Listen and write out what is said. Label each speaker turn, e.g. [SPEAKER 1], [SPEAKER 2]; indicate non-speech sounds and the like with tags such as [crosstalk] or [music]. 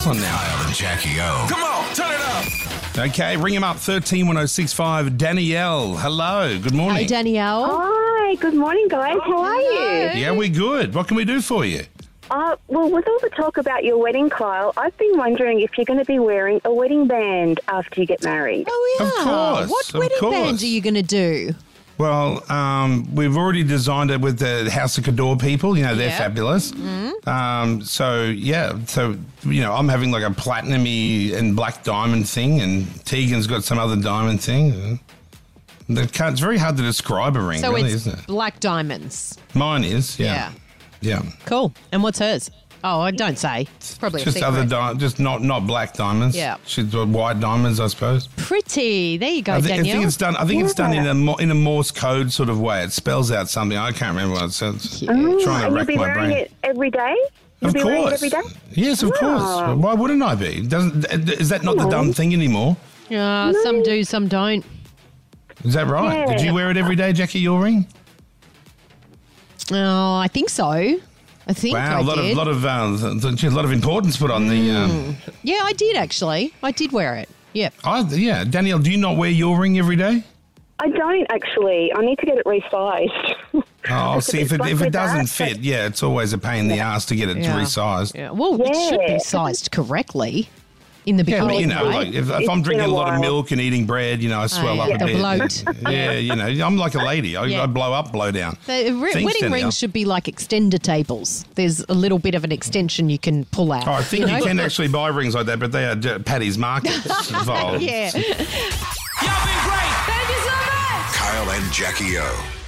[SPEAKER 1] Kaplan now.
[SPEAKER 2] Kyle and Jackie O.
[SPEAKER 3] Come on, turn it up.
[SPEAKER 1] Okay, ring him up 131065. Danielle, hello. Good morning.
[SPEAKER 4] Hey, Danielle.
[SPEAKER 5] Hi, good morning, guys. How are
[SPEAKER 4] hello.
[SPEAKER 5] you?
[SPEAKER 1] yeah, we're good. What can we do for you?
[SPEAKER 5] Uh, well, with all the talk about your wedding, Kyle, I've been wondering if you're going to be wearing a wedding band after you get married.
[SPEAKER 4] Oh, yeah.
[SPEAKER 1] Of course,
[SPEAKER 4] What
[SPEAKER 1] of
[SPEAKER 4] wedding
[SPEAKER 1] course.
[SPEAKER 4] bands are you going to do?
[SPEAKER 1] Well, um, we've already designed it with the House of Cador people. You know, they're
[SPEAKER 4] Yeah. Mm-hmm.
[SPEAKER 1] fabulous. Um, so, yeah. So, you know, I'm having like a platinum and black diamond thing, and Tegan's got some other diamond thing. The, ca- it's very hard to describe a ring,
[SPEAKER 4] So
[SPEAKER 1] really,
[SPEAKER 4] it's
[SPEAKER 1] isn't it?
[SPEAKER 4] black diamonds.
[SPEAKER 1] Mine is, yeah. Yeah.
[SPEAKER 4] Cool. And what's hers? Oh, I don't say. It's probably
[SPEAKER 1] just
[SPEAKER 4] a secret.
[SPEAKER 1] other di- just not not black diamonds.
[SPEAKER 4] Yeah.
[SPEAKER 1] she's got white diamonds, I suppose.
[SPEAKER 4] Pretty. There you go,
[SPEAKER 1] I, thi- I
[SPEAKER 4] Danielle.
[SPEAKER 1] think it's done. I think it's done in
[SPEAKER 5] Yeah.
[SPEAKER 1] a Mo- in a Morse code sort of way. It spells out something. I can't remember what it says.
[SPEAKER 4] Yeah. Oh,
[SPEAKER 1] Trying
[SPEAKER 5] and
[SPEAKER 1] to
[SPEAKER 5] you'll
[SPEAKER 1] rack
[SPEAKER 5] be
[SPEAKER 1] my
[SPEAKER 5] wearing
[SPEAKER 1] brain.
[SPEAKER 5] it every day? You'll
[SPEAKER 1] of
[SPEAKER 5] be wearing it
[SPEAKER 1] course.
[SPEAKER 5] every day? Ah.
[SPEAKER 1] Yes, of
[SPEAKER 5] Wow.
[SPEAKER 1] course. Why wouldn't I be? Doesn't is that not the dumb thing anymore?
[SPEAKER 4] Ah, some do, some don't.
[SPEAKER 1] Is that right? Did
[SPEAKER 5] Yeah.
[SPEAKER 1] you wear it every day, Jackie? Your ring?
[SPEAKER 4] Oh, I think so. I think
[SPEAKER 1] Wow,
[SPEAKER 4] I
[SPEAKER 1] a lot
[SPEAKER 4] did.
[SPEAKER 1] of lot of uh, th- th- gee, a lot of importance put on the.
[SPEAKER 5] Hmm.
[SPEAKER 1] Um,
[SPEAKER 4] yeah, I did actually. I did wear it. Yep.
[SPEAKER 1] I, yeah, Danielle, do you not wear your ring every day?
[SPEAKER 5] I don't, actually. I need to get it resized. [laughs]
[SPEAKER 1] Oh,
[SPEAKER 5] It's a
[SPEAKER 1] see
[SPEAKER 5] bit
[SPEAKER 1] if it,
[SPEAKER 5] stuck
[SPEAKER 1] if it
[SPEAKER 5] with that,
[SPEAKER 1] doesn't
[SPEAKER 5] but-
[SPEAKER 1] fit, yeah, it's always a pain in the ass to get it
[SPEAKER 4] Yeah.
[SPEAKER 1] resized.
[SPEAKER 4] Yeah. Well, it should
[SPEAKER 5] Yeah.
[SPEAKER 4] be sized correctly in the
[SPEAKER 1] Yeah,
[SPEAKER 4] beginning.
[SPEAKER 1] but you know,
[SPEAKER 4] right?
[SPEAKER 1] like if, if
[SPEAKER 5] It's
[SPEAKER 1] I'm
[SPEAKER 5] been
[SPEAKER 1] drinking
[SPEAKER 5] a
[SPEAKER 1] a lot of
[SPEAKER 5] while.
[SPEAKER 1] milk and eating bread, you know, I swell
[SPEAKER 4] Aye,
[SPEAKER 1] up a
[SPEAKER 4] the
[SPEAKER 1] bit.
[SPEAKER 4] bloat.
[SPEAKER 1] [laughs] Yeah, you know, I'm like a lady. I,
[SPEAKER 4] Yeah.
[SPEAKER 1] I blow up, blow down.
[SPEAKER 4] The re-
[SPEAKER 1] Thanks,
[SPEAKER 4] wedding
[SPEAKER 1] Danielle.
[SPEAKER 4] rings should be like extender tables. There's a little bit of an extension you can pull out.
[SPEAKER 1] Oh, I
[SPEAKER 4] [laughs]
[SPEAKER 1] think you,
[SPEAKER 4] know?
[SPEAKER 1] can actually buy rings like that, but they are d- Paddy's
[SPEAKER 4] [laughs]
[SPEAKER 1] Markets involved.
[SPEAKER 4] Yeah.
[SPEAKER 3] Y'all been great.
[SPEAKER 2] Kyle and Jackie O.